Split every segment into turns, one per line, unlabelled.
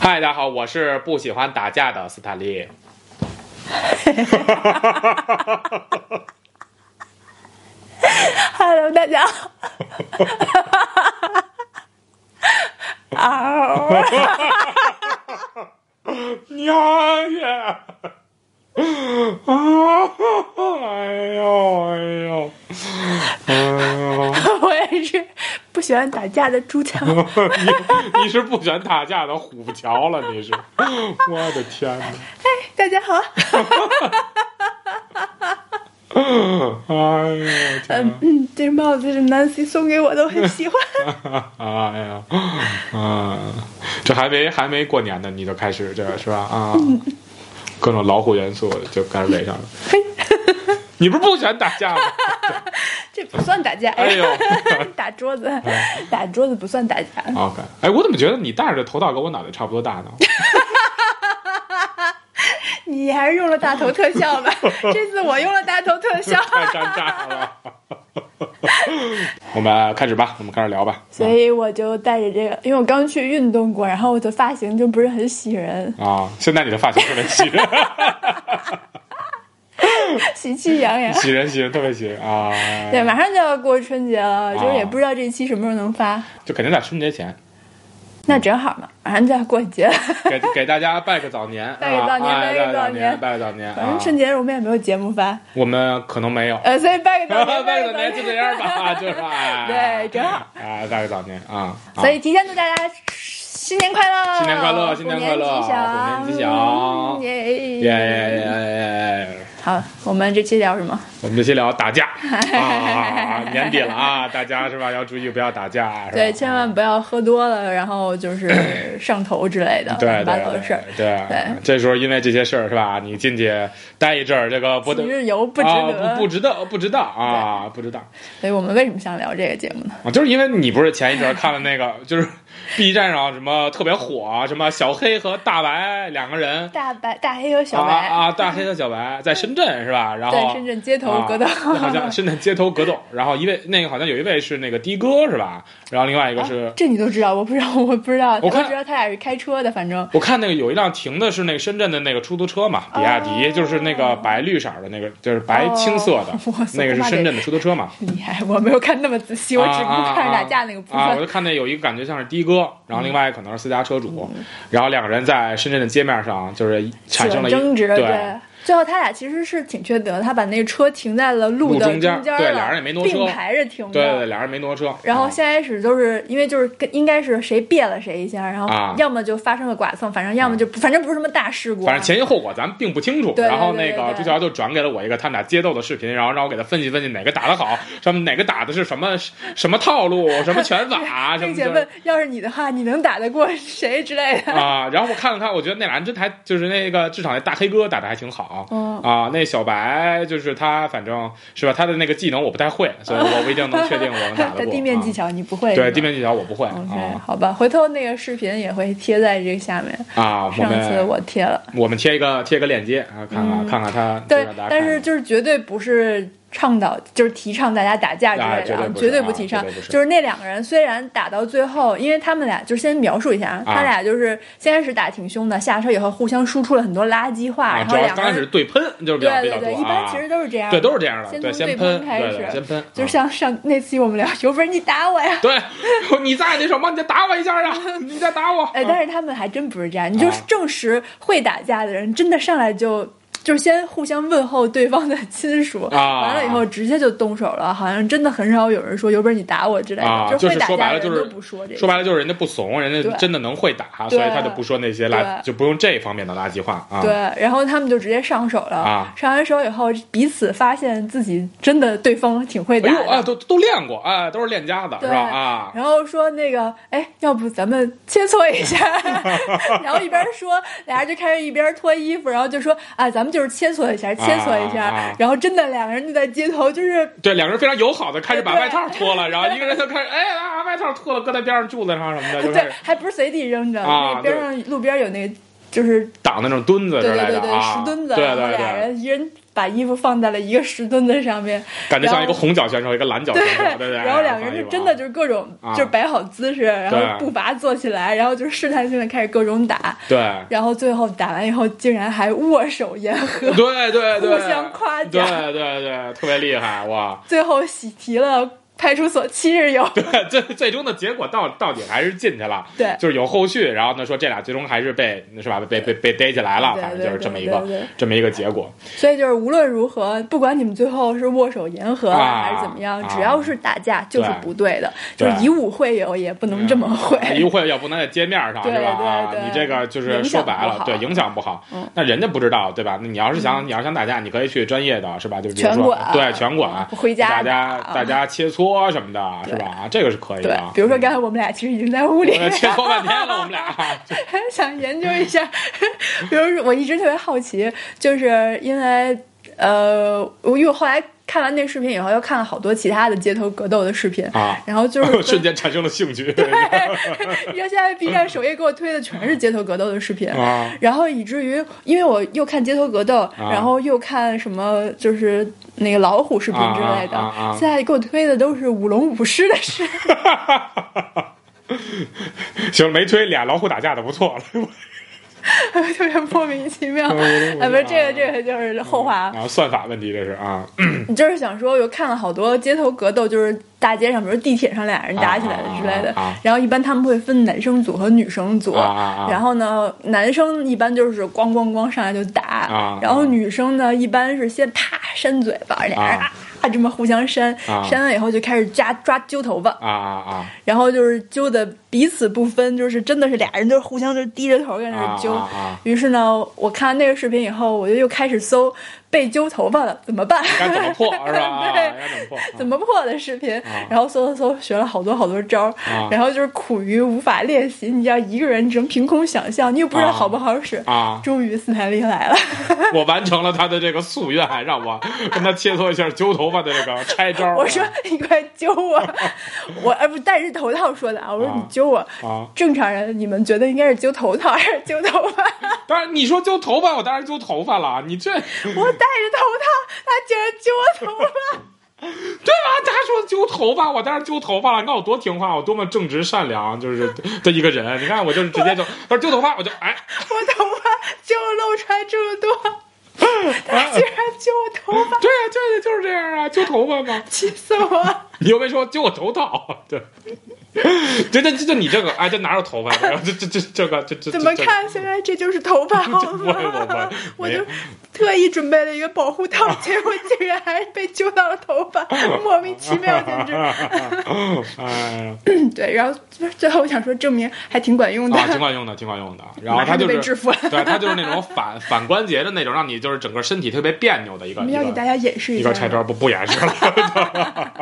嗨，大家好，我是不喜欢打架的斯坦利。
Hello，大家 好。嗷！
娘哎呀！啊！哎呦哎呦哎
我也是不喜欢打架的朱 强。
呦！ 你你是不喜欢打架的虎桥了？你是？我的天哪！
大家好，
哎呦天
嗯嗯，这帽子是 Nancy 送给我的，我很喜 欢。
哪！哎呀，嗯，这还没还没过年呢，你就开始这是吧？啊，各种老虎元素就开始围上了。你不是不喜欢打架吗？
这不算打架，
哎呦
打桌子，打桌子不算打架。
OK，哎，我怎么觉得你戴着的头套跟我脑袋差不多 大呢？
你还是用了大头特 效吧？这次我用了大头特效。
太尴尬了。我们开始吧，我们开始聊吧。
所以我就带着这个，因为我刚去运动过，然后我的发型就不是很喜人，
啊，现在你的发型特别喜人，
喜气洋洋。
喜人喜人特别喜人啊！
对，马上就要过春节了，就是也
哦
不知道这一期什么时候能发，
就肯定在春节前，
那正好嘛，马上就要过节了。
给给大家拜个早年，
拜个早年
啊哎
拜
拜
个
个
早
早
年
年，拜个早年。
反正
啊
春节我们也没有节目发，
我们可能没有，
呃，所以拜个早年，
拜个
个
早年就这样吧，啊就是哎
对，正好。
啊，拜个早年啊！啊
所以提前祝大家新年快乐，
新年快乐新年快乐
虎
虎
年
年
吉
吉
祥，
祥
耶
耶耶嗯耶耶耶！
好，我们这期聊什么？
我们这期聊打 架啊，年底了啊，大家是吧？要注意不要打架，是吧
对，千万不要喝多了，然后就 是上头之类的乱
对
七八糟的事儿。
对对
对
这时候因为这些事儿是吧？你进去待一阵儿，这个不
几
得
日游不值
啊、
得，
不不值得，不值得啊，不值得啊，
所以我们为什么想聊这个节目呢？
就是因为你不是前一阵儿看了那个， 就是 B 站上什么特别火，啊什么小黑和大白两个人。
大白、大黑和小
啊
白，
啊！大黑和小白在深圳是吧？然后
在深圳街头格斗
啊好像深圳街头格斗。然后一位那个好像有一位是那个的哥是吧？然后另外一个是、
这你都知道，我不知道，我不知道，
我看
知道他俩是开车的，反正
我看那个有一辆停的是那个深圳的那个出租车嘛，比亚迪，
哦
就是那个白绿色的那个，就是白青色的
哦哇，塞
那个是深圳的出租车嘛。
厉害，我没有看那么仔细，我只不过看着打架那个部分。嗯
啊啊啊我就看见有一个感觉像是的哥，然后另外可能是私家车主，然后两个人在深圳的街面上就是产生了一
争执，
对。
最后他俩其实是挺缺德，他把那个车停在了路的
路中间
中间了，
对俩人也没挪车
并排着停的。
对对，俩人没挪车，
嗯然后
啊
先开始就是因为就是跟应该是谁别了谁一下，然后
啊
要么就发生了剐蹭，反正要么就反正不是什么大事故啊，
反正前因后果咱们并不清楚。
对对对
然后那
对对
个
对
朱乔就转给了我一个他们俩接斗的视频，然后让我给他分析分析哪个打得好，什么哪个打的是什么什么套路，什么拳法，什
并
么
且
就是
问要是你的话，你能打得过谁之类 的。
啊，然后我看了看，我觉得那俩人真还就是那个至少那大黑哥打的还挺好，
嗯
啊，那小白就是他，反正是吧，他的那个技能我不太会，所以我不一定能确定我能打得
他
过。
地面技
巧，
巧你不会，
对地。面技巧我不会
OK，
啊
哦好吧，回头那个视频也会贴在这个下面。
啊，我
上次
们
我贴了，
我们贴一个贴一个链接啊，看看看看他，
对
嗯让大，家
但
看
是就是绝对不是倡导，就是提倡大家打架之类的，
啊
绝
绝
对
对
不
不是
提倡
啊绝对不。是
就是那两个人虽然打到最后，因为他们俩就是先描述一
啊
下，他俩就是先开始打挺凶的，下车以后互相输出了很多垃圾话，
啊，
然后
主要
两个
刚开始
人
对喷就是比
对
较比
对
较多
对，一般
啊
其，实都是这样，
对都是这样的，
先
对
从对
先
喷
喷，
开
对
始
对先喷，
就是
啊
像上那期我们聊， 有本事你打我呀！
对， 你再那什么，你再打我一 下啊，你再打我，
哎，
啊
但是他们还真不是这样，你就是
啊
证实会打架的人，真的上来就。就是先互相问候对方的亲属，
啊
完了以后直接就动手了，好像真的很少有人说有本事你打我之类的，
啊，
就
就是
会
是
打
说
架
白
的
了就
人
是
都不说这个。
说白了就是人家不怂，人
对
家真的能会打，所以他就不说那些垃，
对
就不用这方面的垃圾话啊。
对，然后他们就直接上手了。
啊
上完手以后，彼此发现自己真的对方挺会打
哎
的。
呦啊，都都练过啊，都是练家子是
对
吧？啊，
然后说那个，哎，要不咱们切磋 一下？然后一边说，俩人就开始一边脱衣服，然后就说啊，咱们就是切磋一下，切磋一下。
啊啊
然后真的两个人就在街头，就是
对，两个人非常友好的开始把
对
外套脱了，然后一个人就开始哎啊，外套脱了，搁在边上柱子上什么的，就开
对
始，
还不是随地扔着，
啊
那边上路边有那个就是
挡那种墩子
对
这儿
对
来
对
的
对
啊，
石墩子，
对
然后
对
俩
对，
人一人把衣服放在了一个石墩子上面，
感觉像一个
然后
红脚选手，一个蓝脚选手，啊对啊哎对，
然后两个人就真的就是各种
啊
就是摆好姿势，然后
对
步伐做起来，然后就是试探性的开始各种打，
对。
然后最后打完以后竟然还握手言和，
对对对，
互相夸奖
对对对，特别厉害哇！
最后喜提了派出所七日游。
最最终的结果到到底还是进去了，
对
就是有后续。然后呢，说这俩最终还是被是吧，被被被逮起来了，
对对
反正就是这么一
对对
个
对
这么一个结 果。
所以就是无论如何，不管你们最后是握手言和
啊
还是怎么样，
啊
只要是打架就是不对的，
对啊
就是以武会友也不能这么会。
一会要不能在街面上
对
是吧？啊
对对
你这个就
影
是
响
说
不
白
好
了，对影响不好
嗯。
那人家不知道对吧？那你要是想你要想打架，你可以去专业的是吧？就比如
拳
说
馆
对拳馆，
回家
大家
打
大家切磋什么的是吧？啊嗯这个是可以
对
的。，嗯
比如说刚才我们俩其实已经在屋里
我切磋半天了，我们俩
想研究一下， 比如说我一直特别好奇，就是因为呃，我因为我后来看完那视频以后，又看了好多其他的街头格斗的视频，
啊，
然后就是
瞬间产生了兴趣。
你知道现在 B 站首页给我推的全是街头格斗的视频。
啊，
然后以至于，因为我又看街头格斗，然后又看什么就是那个老虎视频之类的，
啊啊啊啊
现在给我推的都是舞龙舞狮的视频。
行，没推俩老虎打架的不错了。
特别莫名其 妙。
嗯
哎，不是这个，这个就是后话。
啊，算法问题这是啊，
你就是想说，我看了好多街头格斗，就是大街上，比如地铁上俩人打起来的之类的
啊啊啊啊。
然后一般他们会分男生组和女生组。
啊啊啊
然后呢，男生一般就是咣咣咣上来就打
啊，
然后女生呢一般是先啪扇嘴巴，俩人啊
啊
这么互相扇，
啊
扇完以后就开始抓抓揪头发。
啊啊
然后就是揪的彼此不分，就是真的是俩人就是互相就是低着头在那儿揪。
啊啊啊
于是呢，我看完那个视频以后，我就又开始搜被揪头发了怎么办，
该怎么破是吧？
对
该怎么破？
怎么破的视频，然后搜搜搜学了好多好多招儿，
啊
然后就是苦于无法练习，你知道一个人只能凭空想象，你又不知道
啊
好不好使。
啊！
终于斯坦利来了，
我完成了他的这个夙愿，让我跟他切磋一下揪头发的这个拆招。
我说你快揪我，我哎不戴着头套说的啊，我说你揪我。
啊，
正常人，你们觉得应该是揪头套还是揪头发？
当然你说揪头发，我当然揪头发了。你这对吧？
我戴着头套，他竟然揪我头发。
他说揪头发，我当然揪头发了。你看我多听话，我多么正直善良，就是的一个人。你看我就是直接就，他说揪头发，我就哎，
我头发就露出来这么多， 他竟然揪我头发，
对呀，对呀，就是这样啊，揪头发嘛。
气死我！了！
你又没说揪我头套，对，这这这这你这个哎，这哪有头发？这这这这个这这
怎么
这
看？现在这就是头发 好
我我
吗
我？
哦 我
没
就
有
特意准备了一个保护 套，结果竟然还被揪到了头发，莫名其妙，简直。
哎呀，
对，然后最后我想说，证明还挺管用的，
啊，挺管用的，挺管用的。然后
马
他
上就是被制服了。
对他就是那种反 反关节的那种，让你就是整个身体特别别扭的一个
我们要给
一
大
个
家演示
一
下
个，拆招，不不掩饰了，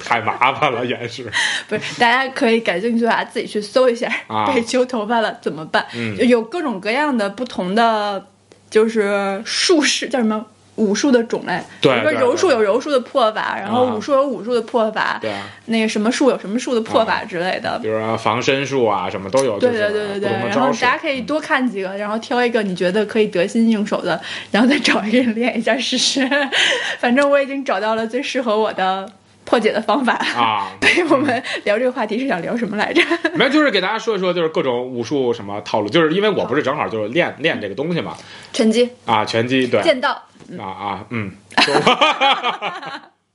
太麻烦了，掩饰
不是，大家可以感兴趣的话自己去搜一下，
啊
被揪头发了怎么办？
嗯
有各种各样的不同的，就是术式叫什么？武术的种类，
对
比如说
对
柔术有柔术的破法，然后
啊
武术有武术的破法，
对啊
那个什么术有什么术的破法之类的
比，如说防身术啊什么都有，
对
就
对
是
对对对。
啊不同的
然后
招
大
式嗯
家可以多看几个，然后挑一个你觉得可以得心应手的，然后再找一个人练一下试试。 反正我已经找到了最适合我的破解的方法。
啊。
对我们聊这个话题是想聊什么来着？
没有，就是给大家说一说，就是各种武术什么套路，就是因为我不是正好就是练练这个东西嘛，
趁机
啊，拳击对，
见到
啊啊，嗯，就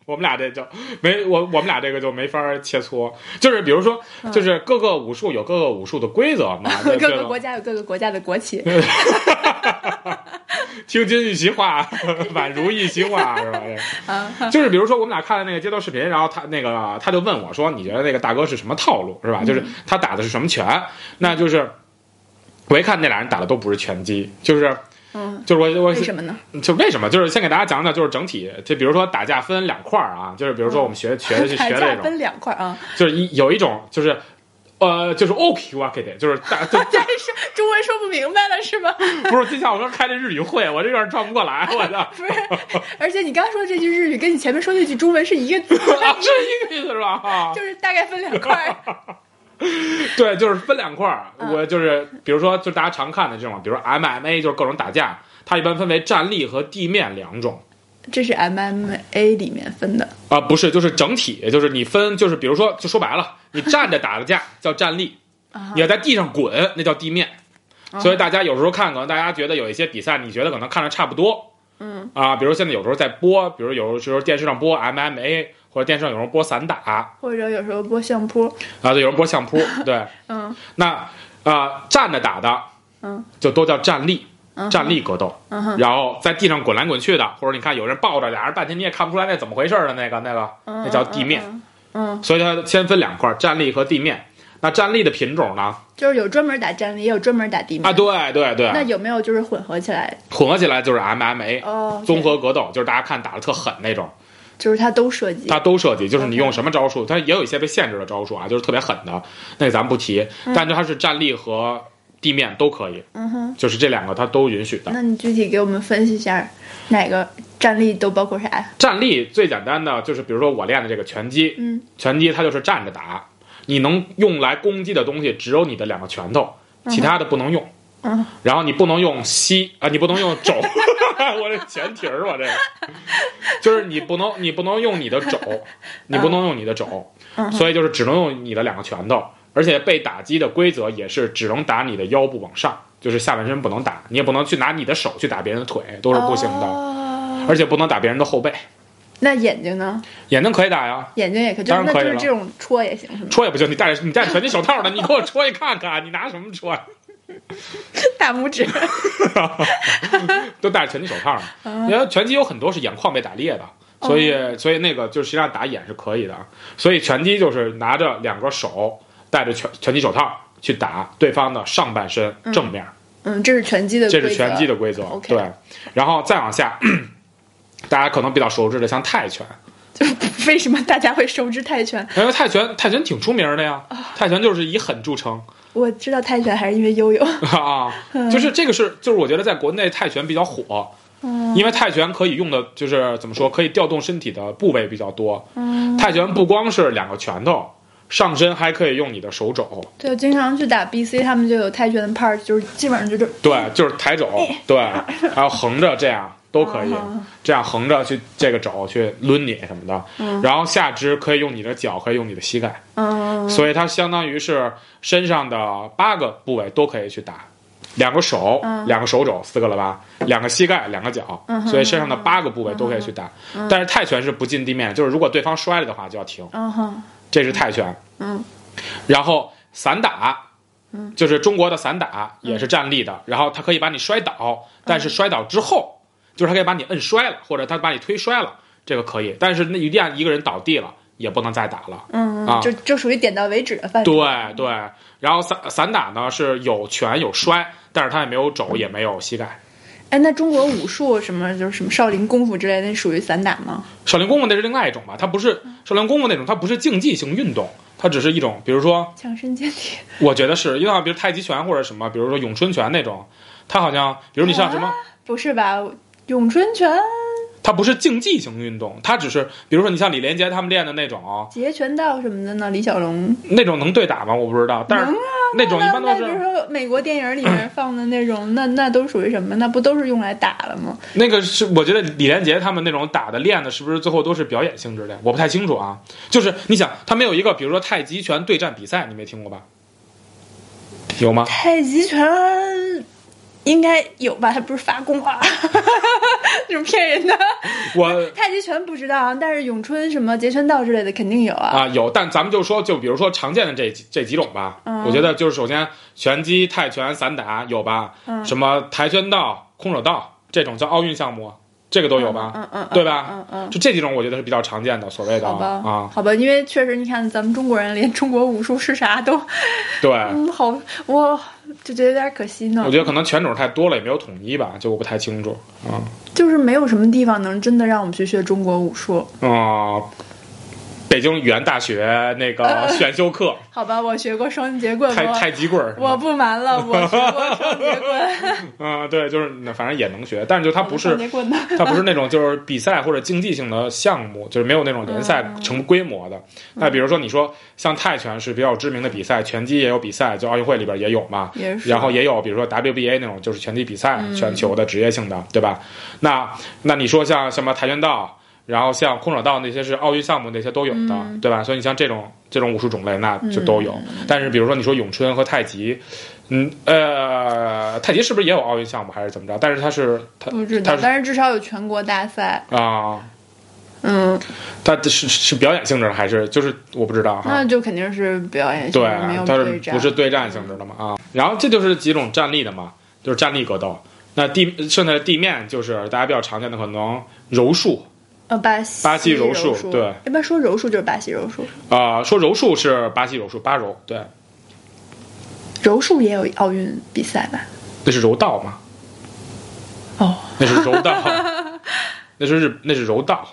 我们俩这就没我我们俩这个就没法儿切磋，就是比如说，就是各个武术有各个武术的规则 嘛，
嗯各
对
个
对
国家有各个国家的 国旗，
听君一席话， 宛如一席话，是 吧？哎
啊，
就是比如说我们俩看了那个街头视频，然后他那个他就问我说：“你觉得那个大哥是什么套路，是吧？
嗯
就是他打的是什么拳？”那就是我一看那俩人打的都不是拳击，就是
嗯，
就是我我
为什么呢？
就为什么？就是先给大家讲讲，就是整体，就比如说打架分两块儿啊，就是比如说我们学、学的去
嗯 打
学
架
这种，
分两块啊，
就是一有一种就是。呃，就是 OK w a k d 就是大，就
但是中文说不明白了是吗？
不是，就像我刚开这日语会，我这有点转不过来，我的
不是， 而且你刚刚说这句日语跟你前面说那句中文是一个字，
啊，是一个意思是吧？啊
就是大概分两块。
对，就是分两块儿。我就是，比如说，就大家常看的这种，比如说 MMA 就是各种打架，它一般分为站立和地面两种。
这是 MMA 里面分的，
啊，不是，就是整体，就是你分，就是比如说，就说白了，你站着打的架叫站立，
啊
你要在地上滚，那叫地面。
哦嗯
所以大家有时候看，可能大家觉得有一些比赛，你觉得可能看的差不多，嗯啊，比如现在有时候在播，比如有时候电视上播 MMA，或者电视上有时候播散打，
或者有时候播相扑，
啊，对，有人播相 扑，对，
嗯，
那啊、呃站着打的，
嗯，
就都叫站立，站立格斗，
嗯哼
然后在地上滚来滚去的，或者你看有人抱着俩人半天你也看不出来那怎么回事儿的那个那个，那叫地面，
嗯嗯嗯
所以它先分两块，站立和地面。那站立的品种呢？
就是有专门打站立，也有专门打地面。
啊，对对
那
对，
有没有就是混合起来？
混合起来就是 MMA，、
哦，
综合格斗，就是大家看打的特狠那种，
就是它都涉及。
它都涉及，就是你
OK
用什么招数，它也有一些被限制的招数啊，就是特别狠的，那个咱们不提，但是它是站立和地面都可以，
嗯哼，
就是这两个它都允许的。
那你具体给我们分析一下，哪个站立都包括啥呀？
站立最简单的就是，比如说我练的这个拳击，
嗯，
拳击它就是站着打，你能用来攻击的东西只有你的两个拳头，其他的不能用。
嗯，
然后你不能用膝啊，你不能用肘， 我这前蹄儿，我这个就是你不能你不能用你的肘，你不能用你的肘，
嗯
所以就是只能用你的两个拳头，而且被打击的规则也是只能打你的腰部往上，就是下半身不能打，你也不能去拿你的手去打别人的腿，都是不行的，
哦
而且不能打别人的后背。
那眼睛呢？
眼睛可以打呀，
眼睛也可以，就
当
是
然
那
可以
就是
了
这种戳也行，是 吗？
戳也不行，你戴着你戴着拳击手套呢，你 给我戳一看看，你拿什么戳？
大拇指。
都戴着拳击手套呢。
啊
因为拳击有很多是眼眶被打裂的，所以、
哦
所以那个就是实际上打眼是可以的。所以拳击就是拿着两个手戴着拳拳击手套去打对方的上半身正面，
嗯，这是拳击的规
这
则，
是拳击的规则。
OK
对，然后再往下， 大家可能比较熟知的像泰拳，
就是 为什么大家会熟知泰拳？
因为泰拳泰拳挺出名的呀，
啊
泰拳就是以狠著称。
我知道泰拳还是因为悠悠。
啊， 就是这个是，就是我觉得在国内泰拳比较火，因为泰拳可以用的就是怎么说，可以调动身体的部位比较多。泰拳不光是两个拳头，上身还可以用你的手肘，
对，经常去打 BC，他们就有泰拳的 part，就是基本上就是
对，就是抬肘，对，还有横着这样都可以，这样横着去这个肘去抡你什么的。然后下肢可以用你的脚，可以用你的膝盖，
嗯
所以它相当于是身上的八个部位都可以去打，两个手、
嗯
两个手肘，四个了吧？两个膝盖，两个脚，所以身上的八个部位都可以
嗯
去打。但是泰拳是不进地面，就是如果对方摔了的话就要停，
嗯哼
这是泰拳。
嗯，
然后散打。就是中国的散打也是站立
嗯
的，然后它可以把你摔倒，但是摔倒之后，就是它可以把你摁摔了，或者它把你推摔了，这个可以，但是那一旦一个人倒地了，也不能再打了。
嗯，
啊
就就属于点到为止的范畴。
对对，然后散散打呢是有拳有摔，但是它也没有肘，也没有膝盖。
哎，那中国武术什么就是什么少林功夫之类的，那属于散打吗？
少林功夫那是另外一种吧，它不是少林功夫那种，它不是竞技性运动，它只是一种，比如说，
强身健体。
我觉得是因为像比如太极拳或者什么，比如说咏春拳那种，它好像，比如你像什么，
不是吧？咏春拳、
它不是竞技性运动，它只是，比如说你像李连杰他们练的那种，
截拳道什么的呢？李小龙
那种能对打吗？我不知道，但是
能啊
那种一般都
那那比如
是
说美国电影 里面放的那种，那那都属于什么？那不都是用来打了吗？
那个是，我觉得李连杰他们那种打的练的，是不是最后都是表演性质的？我不太清楚啊。就是你想，他们有一个，比如说太极拳对战比赛，你没听过吧？有吗？
太极拳应该有吧？它不是发功啊， 这种骗人的。
我
太极拳不知道，啊但是咏春什么截拳道之类的肯定有啊。
啊、有，但咱们就说，就比如说常见的这几这几种吧。
嗯
我觉得就是首先拳击、泰拳、散打有吧，
嗯
什么跆拳道、空手道这种叫奥运项目，这个都有吧，
嗯嗯嗯
对吧？
嗯嗯。
就这几种，我觉得是比较常见的所谓的
好吧，
啊，
好吧，因为确实，你看咱们中国人连中国武术是啥都，
啊对。
嗯，好，我就觉得有点可惜呢
我。觉得可能犬种太多了，也没有统一吧，就我不太清楚啊。
就是没有什么地方能真的让我们去学中国武术，
啊、嗯北京语言大学那个选修课，
好吧，我学过双截棍，
太
我
太极棍儿，
我不瞒了，我学过双 截棍，
嗯，对，就是那反正也能学，但是就它不是
双截棍的，
它不是那种就是比赛或者竞技性的项目，就是没有那种联赛
嗯
成规模的。那比如说你说像泰拳是比较知名的比赛，拳击也有比赛，就奥运会里边也有嘛。
也是嗯
然后也有比如说 WBA 那种就是拳击比赛，全球的职业性的，对吧？那那你说像什么跆拳道，然后像空手道那些是奥运项目，那些都有的，
嗯
对吧？所以你像这种这种武术种类，那就都有。但是比如说你说咏春和太极。嗯，呃，太极是不是也有奥运项目还是怎么着？但是它是它
不知
它
道，
是
但是至少有全国大赛，
啊，
嗯，
它是是表演性质的还是就是我不知道哈
那。就肯定是表演性
对
的，没有，
它是
对战，
不是对战性质的嘛啊？然后这就是几种站立的嘛，就是站立格斗。那地剩下的地面就是大家比较常见的可能柔术
呃，巴西
巴西柔
柔
术对
一般说柔术就是巴西柔术，
啊、说柔术是巴西柔术，巴柔对，
柔术也有奥运比赛吧？
那是柔道嘛，
哦，
那是柔 道，那是日那是柔道，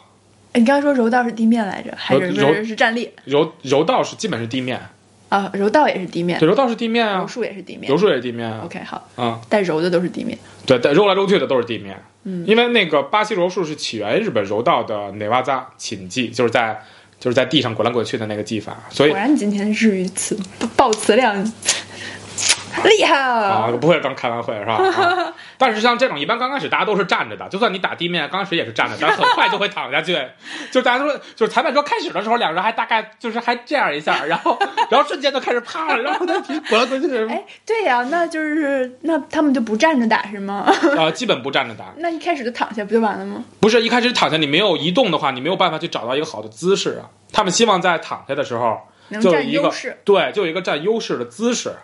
哎你刚刚说柔道是地面来着，还是
柔
不是是站立
柔柔道是基本是地面，
啊？柔道也是地面
对，，柔道是地面啊
柔，术也是地面
柔术也是地面啊，
OK，好，
啊、
带柔的都是地面。
对，但揉来揉去的都是地面。嗯，因为那个巴西柔术是起源于日本柔道的内瓦扎擒技，就是在就是在地上滚来滚去的那个技法，所以
果然，你今天日语词爆词量 厉害
啊
啊！，
不会刚开完会是吧？啊但是像这种一般刚开始大家都是站着的，就算你打地面，刚开始也是站着，但很快就会躺下去。 就大家都就是裁判说开始的时候，两个人还大概就是还这样一下，然后 然后瞬间就开始趴了，然后他滚来滚去。
哎，对呀、那就是那他们就不站着打是吗？
啊，基本不站着打，
那一开始就躺下不就完了吗？
不是一开始躺下你没有移动的话，你没有办法去找到一个好的姿势啊。他们希望在躺下的时候，
能
就有
占
一个
优势。
对，就有一个占优势的姿势，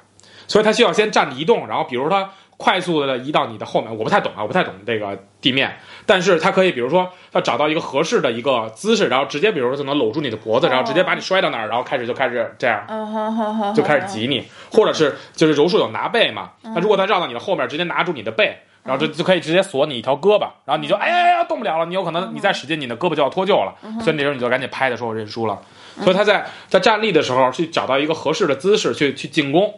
所以他需要先站着移动，然后比如说他快速的移到你的后面，我不太懂啊，我不太懂这个地面，但是他可以比如说他找到一个合适的一个姿势，然后直接比如说就能搂住你的脖子，然后直接把你摔到那儿，然后开始就开始这样。
嗯，好好好，
就开始
好。
挤你，或者是就是柔术有拿背嘛，那如果他绕到你的后面，直接拿住你的背，然后就就可以直接锁你一条胳膊，然后你就哎呀呀动不了了，你有可能你再使劲，你的胳膊就要脱臼了，所以那时候你就赶紧拍的时候认输了。所以他在在站立的时候去找到一个合适的姿势去去进攻，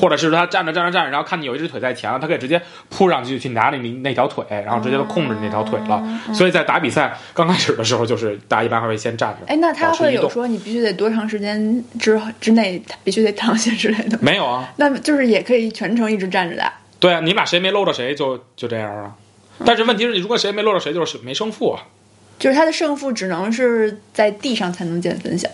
或者是他站着站着站着，然后看你有一只腿在前了，他可以直接扑上去去拿你那那条腿，然后直接就控制你那条腿了。所以在打比赛刚开始的时候，就是大家一般还会先站着。
哎，那他
保持
会
移
有
动
说你必须得多长时间之之内必须得躺下之类的吗？
没有啊，
那就是也可以全程一直站着打。
对啊，你们俩谁没搂着谁就就这样啊。但是问题是，如果谁没搂着谁，就是没胜负啊。
就是他的胜负只能是在地上才能见分晓。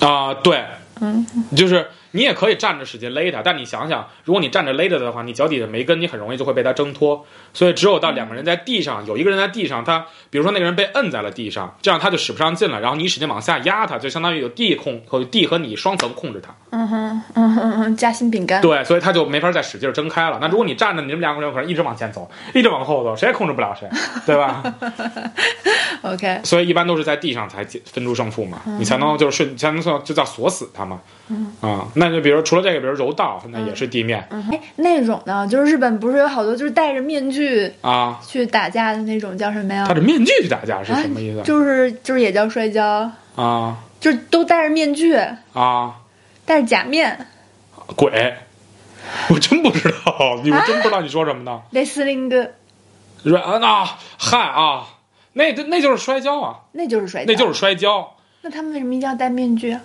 啊、对，
嗯，
就是你也可以站着使劲勒他，但你想想，如果你站着勒着的话，你脚底下没根，你很容易就会被他挣脱。所以只有到两个人在地上，有一个人在地上，他比如说那个人被摁在了地上，这样他就使不上劲了，然后你使劲往下压他，就相当于有地控和地和你双层控制他。
嗯哼，嗯哼，嗯哼，夹心饼干。
对，所以他就没法再使劲儿睁开了。那如果你站着，你们两个人可能一直往前走，一直往后走，谁也控制不了谁，对吧？
OK，
所以一般都是在地上才解分出胜负嘛，
嗯
你才能就是顺，才能算就叫锁死他嘛。啊、那就比如除了这个，比如柔道，
嗯
那也是地面、
哎，那种呢，就是日本不是有好多就是戴着面具
啊。
去打架的那种，叫什么呀
他？这面具去打架是什么意思？
啊就是就是也叫摔跤，
啊
就是都戴着面具，
啊，
戴着假面，
鬼！ 我真不知道，你我真不知道你说什么呢？
雷斯林哥，
软啊，嗨啊，那那就是摔跤啊，
那就是摔跤。
那就是摔跤，
那他们为什么一定要戴面具啊？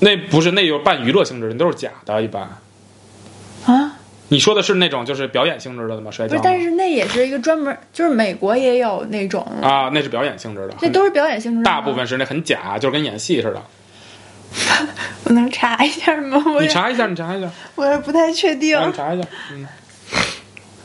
那不是那有半娱乐性质的，那都是假的。一般
啊
你说的是那种就是表演性质的吗？摔
不
跤吗
是，但是那也是一个专门，就是美国也有那种，
啊，那是表演性质的，
那都是表演性质的吗。
大部分是那很假，就是跟演戏似的。
我能查一下吗？我
你
也
查一下，你查一下，
我也不太确定。
你查一下，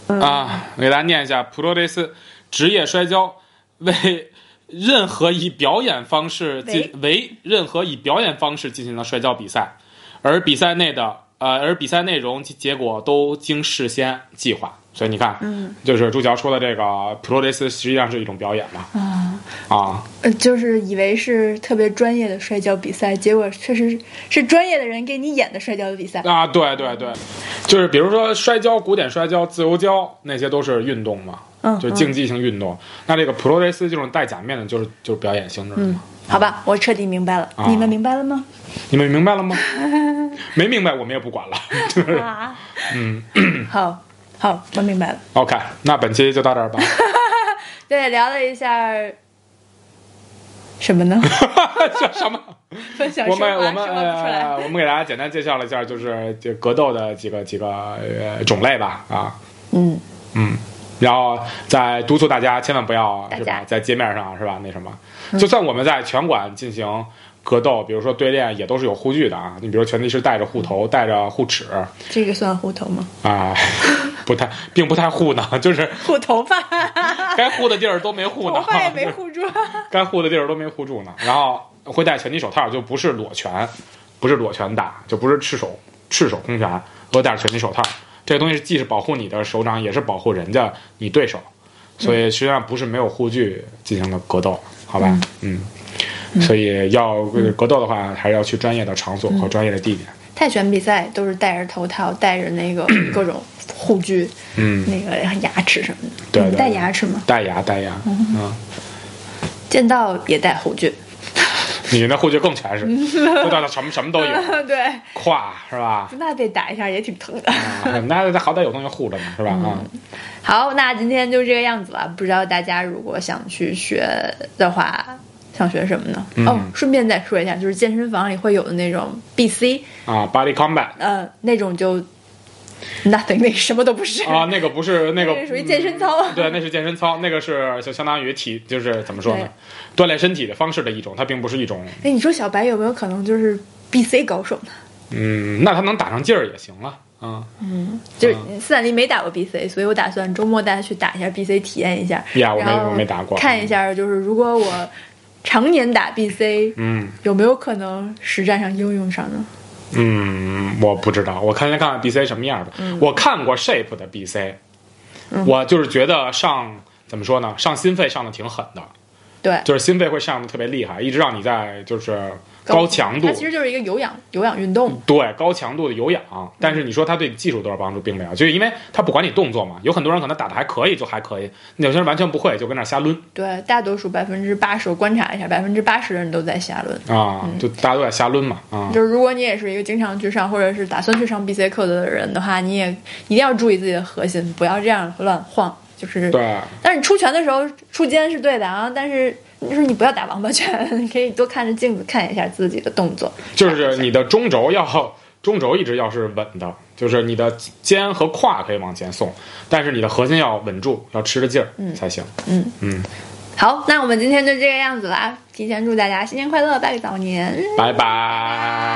嗯，啊，我给大家念一下，普罗雷斯职业摔跤为任何以表演方式进为任何以表演方式进行的摔跤比赛，而比赛内的呃，而比赛内容及结果都经事先计划。所以你看，嗯，就是朱桥说的这个普罗雷斯实际上是一种表演嘛，啊，
呃就是以为是特别专业的摔跤比赛，结果确实是专业的人给你演的摔跤比赛。
啊，对对对，就是比如说摔跤、古典摔跤、自由跤那些都是运动嘛，
嗯
就是竞技性运动。那这个普罗雷斯这种戴假面的，就是就是表演性质的嘛。
好吧，我彻底明白了，
啊
你们明白了吗？
你们明白 了吗？没明白我们也不管了。 哎
啊，嗯， 好，好，我明白了。
OK，那本期就到这儿吧。
对，聊了一下什么呢？
这什么？
分享
我
什么
们我们
什么不出来？
呃，我们给大家简单介绍了一下，就是这格斗的几个几个呃种类吧啊，
嗯，
嗯，然后再督促大家千万不要
大
是
家
吧，在街面上是吧那什么，就算我们在拳馆进行格斗，比如说对练，也都是有护具的啊。你比如拳击是戴着护头、
嗯
戴着护齿啊、
这个算护头 吗？
不太并不太护呢，就是
护头发，
该护的地儿都没护呢
头，发也没护住。
该护的地儿都没护住呢。然后会戴拳击手套，就不是裸拳，不是裸拳打，就不是赤手赤手空拳，都戴着拳击手套。这个东西既是保护你的手掌，也是保护人家你对手，所以实际上不是没有护具进行的格斗，好吧？嗯，所以要呃格斗的话，还是要去专业的场所和专业的地点。
泰拳比赛都是戴着头套，戴着 那个各种护具，
嗯，
那个牙齿什么的。
对
你
对
戴
对
牙齿吗？
戴牙，戴牙，嗯，
剑道也戴护具。
你那护具更 全是，都戴的什么什么都有，
对，
胯是吧？
那被打一下也挺疼的。
啊，那那好歹有东西护着呢，是吧？啊、
好，那今天就这个样子了。不知道大家如果想去学的话，想学什么呢？
嗯
哦，顺便再说一下，就是健身房里会有的那种 BC，
啊，Body Combat
呃，那种就 nothing，那个什么都不是，
啊，那个不是那
那
个
个属于健身操。
嗯对，那是健身操，那个是就相当于体，就是怎么说呢，锻炼身体的方式的一种，它并不是一种，
哎，你说小白有没有可能就是 BC 高手呢？
嗯，那它能打上劲儿也行了，啊，
就是
嗯
斯坦利没打过 BC，所以我打算周末带他去打一下 BC，体验一下。
呀，啊我没
然后
我没打过，
看一下，就是如果我常年打 BC，
嗯
有没有可能实战上应用上呢？
嗯，我不知道，我看先看看 BC 什么样的，
嗯
我看过 Shape 的 BC，、我就是觉得上怎么说呢，上心肺上的挺狠的，
对，
就是心肺会上的特别厉害，一直让你在就是高强度，嗯
它其实就是一个有氧有氧运动。
对高强度的有氧，
嗯
但是你说它对技术多少帮助并没有，就是因为它不管你动作嘛，有很多人可能打的还可以就还可以，那有些人完全不会就跟那儿瞎抡
对，大多数百分之八十，我观察了一下，百分之八十的人都在下轮。
啊，就大家都在瞎抡嘛啊，
就是如果你也是一个经常去上，或者是打算去上 BC 课的人的话，你也一定要注意自己的核心，不要这样乱晃。就是，
对
但是你出拳的时候出肩是对的啊，但是就是你不要打王八拳，你 可以多看着镜子看一下自己的动作。
就是你的中轴要中轴一直要是稳的，就是你的肩和胯可以往前送，但是你的核心要稳住，要吃着劲儿才行。
嗯
嗯，
好，那我们今天就这个样子啦，提前祝大家新年快乐，拜个早年。哎
拜拜。